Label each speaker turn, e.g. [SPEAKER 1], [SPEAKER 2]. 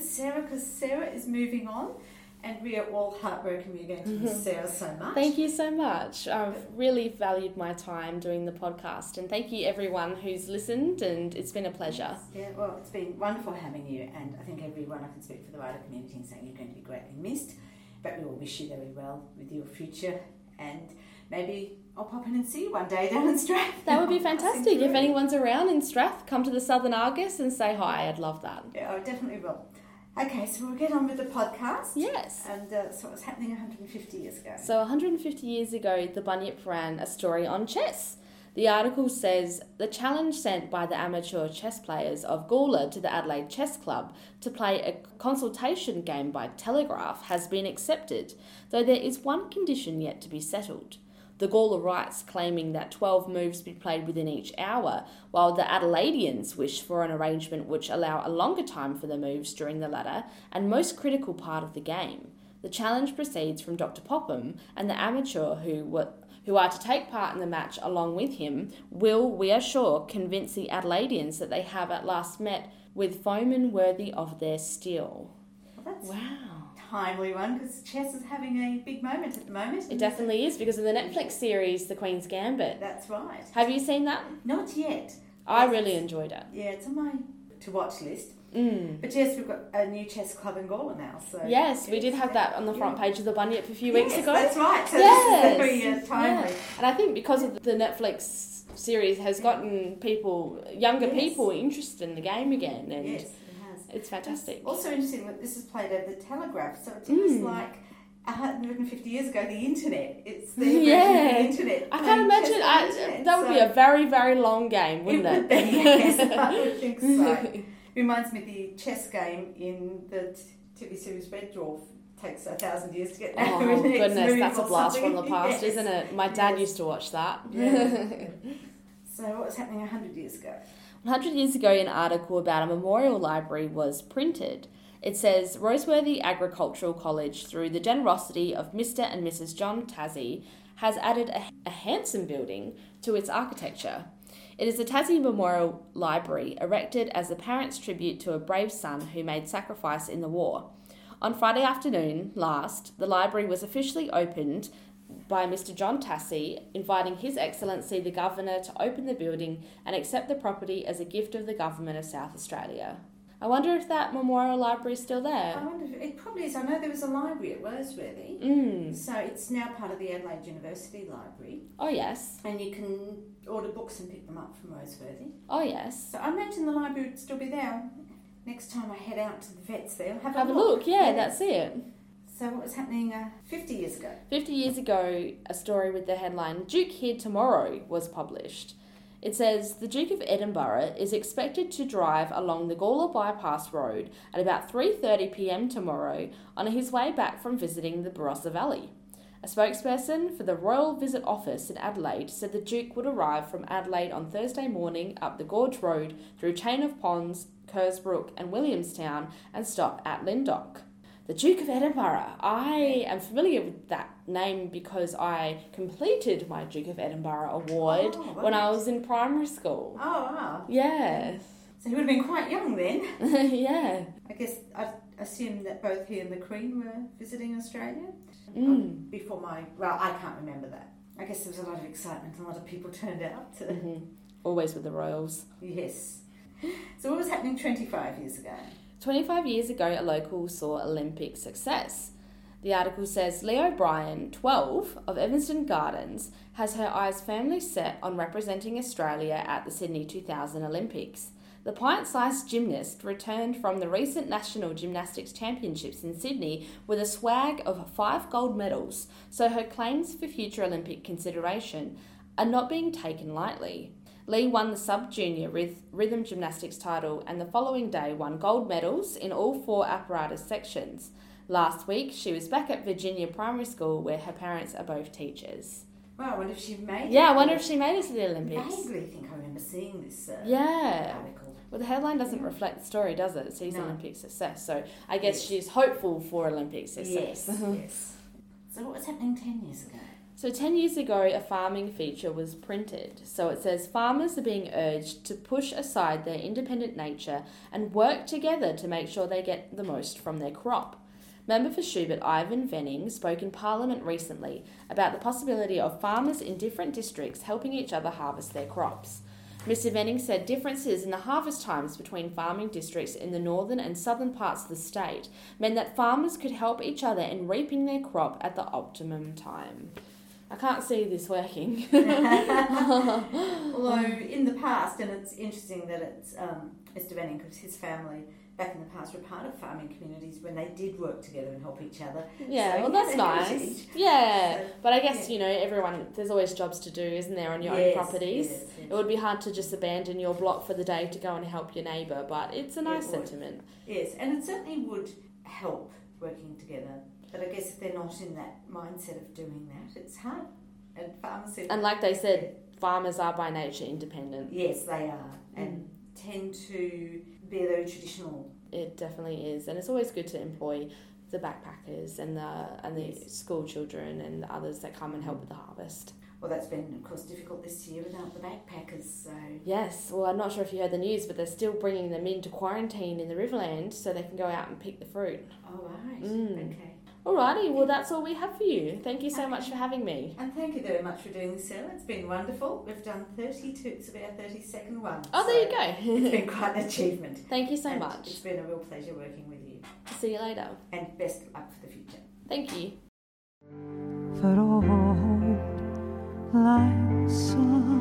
[SPEAKER 1] Sarah because Sarah is moving on, and we are all heartbroken. We're going to miss Sarah so much.
[SPEAKER 2] Mm-hmm. Thank you so much. I've really valued my time doing the podcast, and thank you everyone who's listened. And it's been a pleasure.
[SPEAKER 1] Yeah, well, it's been wonderful having you, and I think everyone I can speak for the wider community in saying you're going to be greatly missed. But we all wish you very well with your future, and maybe I'll pop in and see you one day down in Strath.
[SPEAKER 2] That would be
[SPEAKER 1] I'll sing
[SPEAKER 2] fantastic. If
[SPEAKER 1] through.
[SPEAKER 2] anyone's around in Strath, come to the Southern Argus and say hi. I'd love that.
[SPEAKER 1] Yeah, I definitely will. Okay, so we'll get on with the podcast.
[SPEAKER 2] Yes.
[SPEAKER 1] And uh, so it was happening 150 years ago.
[SPEAKER 2] So 150 years ago, the Bunyip ran a story on chess. The article says the challenge sent by the amateur chess players of Gawler to the Adelaide Chess Club to play a consultation game by telegraph has been accepted, though there is one condition yet to be settled. The Gawler writes claiming that 12 moves be played within each hour, while the Adelaideans wish for an arrangement which allow a longer time for the moves during the latter and most critical part of the game. The challenge proceeds from Dr. Popham and the amateur who were, who are to take part in the match along with him will, we are sure, convince the Adelaideans that they have at last met with foemen worthy of their steel.
[SPEAKER 1] Well, that's
[SPEAKER 2] Wow.
[SPEAKER 1] a timely one because chess is having a big moment at the moment.
[SPEAKER 2] It definitely is because of the Netflix series The Queen's Gambit.
[SPEAKER 1] That's right.
[SPEAKER 2] Have you seen that?
[SPEAKER 1] Not yet.
[SPEAKER 2] I really enjoyed it.
[SPEAKER 1] Yeah, it's on my to watch list.
[SPEAKER 2] Mm.
[SPEAKER 1] But yes, we've got a new chess club in Gawler now. So
[SPEAKER 2] Yes, we
[SPEAKER 1] yes,
[SPEAKER 2] did have that on the front
[SPEAKER 1] yeah.
[SPEAKER 2] page of the Bunyip a few weeks
[SPEAKER 1] Yes,
[SPEAKER 2] ago.
[SPEAKER 1] That's right. So
[SPEAKER 2] Yes.
[SPEAKER 1] this is very uh, timely.
[SPEAKER 2] Yeah. And I think because of the Netflix series has gotten people, younger
[SPEAKER 1] Yes.
[SPEAKER 2] people, interested in the game again, and
[SPEAKER 1] Yes, it has.
[SPEAKER 2] it's fantastic.
[SPEAKER 1] Also interesting that this is played over the telegraph, so it's almost
[SPEAKER 2] Mm.
[SPEAKER 1] like 150 years ago the internet. It's the
[SPEAKER 2] Yeah.
[SPEAKER 1] original internet.
[SPEAKER 2] I
[SPEAKER 1] playing
[SPEAKER 2] can't imagine.
[SPEAKER 1] chess on the
[SPEAKER 2] I,
[SPEAKER 1] internet,
[SPEAKER 2] that would be
[SPEAKER 1] so
[SPEAKER 2] a very, very long game, wouldn't
[SPEAKER 1] it would
[SPEAKER 2] it?
[SPEAKER 1] be, yes, I would think so. Reminds me of the chess game in the t- TV series Red Dwarf takes a thousand years to get that.
[SPEAKER 2] oh
[SPEAKER 1] next
[SPEAKER 2] goodness,
[SPEAKER 1] move
[SPEAKER 2] that's a
[SPEAKER 1] or
[SPEAKER 2] blast
[SPEAKER 1] something.
[SPEAKER 2] from the past,
[SPEAKER 1] Yes.
[SPEAKER 2] isn't it? My dad
[SPEAKER 1] Yes.
[SPEAKER 2] used to watch that.
[SPEAKER 1] Yeah. so what was happening 100 years ago?
[SPEAKER 2] 100 years ago, an article about a memorial library was printed. It says Roseworthy Agricultural College, through the generosity of Mr. and Mrs. John Tassie, has added a, a handsome building to its architecture. It is the Tassie Memorial Library, erected as the parents' tribute to a brave son who made sacrifice in the war. On Friday afternoon last, the library was officially opened by Mr. John Tassie, inviting His Excellency the Governor to open the building and accept the property as a gift of the Government of South Australia. I wonder if that memorial library is still
[SPEAKER 1] I
[SPEAKER 2] there.
[SPEAKER 1] wonder if it probably is. I know there was a library at Roseworthy,
[SPEAKER 2] Mm.
[SPEAKER 1] so it's now part of the Adelaide University Library.
[SPEAKER 2] Oh, yes.
[SPEAKER 1] And you can order books and pick them up from Roseworthy.
[SPEAKER 2] Oh, yes.
[SPEAKER 1] So I imagine the library would still be there. Next time I head out to the vets there, I'll have,
[SPEAKER 2] Have a look. Yeah,
[SPEAKER 1] Yeah.
[SPEAKER 2] that's it.
[SPEAKER 1] So what was happening uh, 50 years ago?
[SPEAKER 2] 50 years ago, a story with the headline Duke Here Tomorrow was published. It says the Duke of Edinburgh is expected to drive along the Gawler Bypass Road at about 3:30 p.m. tomorrow on his way back from visiting the Barossa Valley. A spokesperson for the Royal Visit Office in Adelaide said the Duke would arrive from Adelaide on Thursday morning up the Gorge Road through Chain of Ponds, Kersbrook, and Williamstown and stop at Lindock. The Duke of Edinburgh. I am familiar with that name because I completed my Duke of Edinburgh award
[SPEAKER 1] Oh,
[SPEAKER 2] when I
[SPEAKER 1] right.
[SPEAKER 2] was in primary school.
[SPEAKER 1] Oh, wow.
[SPEAKER 2] Yes.
[SPEAKER 1] So he would have been quite young then.
[SPEAKER 2] yeah.
[SPEAKER 1] I guess I assume that both he and the Queen were visiting Australia Um,
[SPEAKER 2] Mm.
[SPEAKER 1] before my. Well, I can't remember that. I guess there was a lot of excitement and a lot of people turned out. To,
[SPEAKER 2] hmm Always with the royals.
[SPEAKER 1] Yes. So what was happening 25 years ago?
[SPEAKER 2] 25 years ago, a local saw Olympic success. The article says Leo Bryan, 12, of Evanston Gardens, has her eyes firmly set on representing Australia at the Sydney 2000 Olympics. The pint sized gymnast returned from the recent National Gymnastics Championships in Sydney with a swag of five gold medals, so her claims for future Olympic consideration are not being taken lightly. Lee won the sub junior ryth- rhythm gymnastics title and the following day won gold medals in all four apparatus sections. Last week, she was back at Virginia Primary School where her parents are both teachers.
[SPEAKER 1] Well, I wonder if she made.
[SPEAKER 2] Yeah, I
[SPEAKER 1] it.
[SPEAKER 2] wonder if she made it to the Olympics.
[SPEAKER 1] vaguely think I remember seeing this uh,
[SPEAKER 2] Yeah.
[SPEAKER 1] article.
[SPEAKER 2] Well, the headline doesn't reflect the story, does it? It says
[SPEAKER 1] No.
[SPEAKER 2] Olympic success. So I guess
[SPEAKER 1] Yes.
[SPEAKER 2] she's hopeful for Olympic success.
[SPEAKER 1] yes. So what was happening ten years ago?
[SPEAKER 2] So, 10 years ago, a farming feature was printed. So, it says farmers are being urged to push aside their independent nature and work together to make sure they get the most from their crop. Member for Schubert Ivan Venning spoke in Parliament recently about the possibility of farmers in different districts helping each other harvest their crops. Mr. Venning said differences in the harvest times between farming districts in the northern and southern parts of the state meant that farmers could help each other in reaping their crop at the optimum time. I can't see this working.
[SPEAKER 1] Although in the past, and it's interesting that it's um, Mr. Venning because his family back in the past were part of farming communities when they did work together and help each other.
[SPEAKER 2] Yeah,
[SPEAKER 1] So,
[SPEAKER 2] well,
[SPEAKER 1] yeah,
[SPEAKER 2] that's
[SPEAKER 1] they
[SPEAKER 2] nice.
[SPEAKER 1] heritage.
[SPEAKER 2] Yeah,
[SPEAKER 1] So,
[SPEAKER 2] but I guess
[SPEAKER 1] yeah.
[SPEAKER 2] you know everyone. There's always jobs to do, isn't there, on your
[SPEAKER 1] Yes,
[SPEAKER 2] own properties?
[SPEAKER 1] yes, yes.
[SPEAKER 2] It would be hard to just abandon your block for the day to go and help your neighbour, but it's a
[SPEAKER 1] Yeah, it
[SPEAKER 2] nice
[SPEAKER 1] would.
[SPEAKER 2] sentiment.
[SPEAKER 1] Yes, and it certainly would help working together. But I guess if they're not in that mindset of doing that, it's hard. And farmers said,
[SPEAKER 2] And like they said, farmers are by nature independent.
[SPEAKER 1] yes, they are,
[SPEAKER 2] Mm.
[SPEAKER 1] and tend to be very traditional.
[SPEAKER 2] It definitely is, and it's always good to employ the backpackers and the and the
[SPEAKER 1] Yes.
[SPEAKER 2] school children and the others that come and help with the harvest.
[SPEAKER 1] Well, that's been, of course, difficult this year without the backpackers. So
[SPEAKER 2] Yes, well, I'm not sure if you heard the news, but they're still bringing them into quarantine in the Riverland so they can go out and pick the fruit.
[SPEAKER 1] Oh, right.
[SPEAKER 2] Mm.
[SPEAKER 1] Okay.
[SPEAKER 2] Alrighty, well, that's all we have for you. Thank you so much for having me.
[SPEAKER 1] And thank you very much for doing this, Sarah. It's been wonderful. We've done 32, it's about our 32nd one.
[SPEAKER 2] Oh, there
[SPEAKER 1] so
[SPEAKER 2] you
[SPEAKER 1] It's
[SPEAKER 2] go.
[SPEAKER 1] been quite an achievement.
[SPEAKER 2] Thank you so
[SPEAKER 1] And
[SPEAKER 2] much.
[SPEAKER 1] It's been a real pleasure working with you.
[SPEAKER 2] See you later.
[SPEAKER 1] And best luck for the future.
[SPEAKER 2] Thank you.
[SPEAKER 3] for all like sun.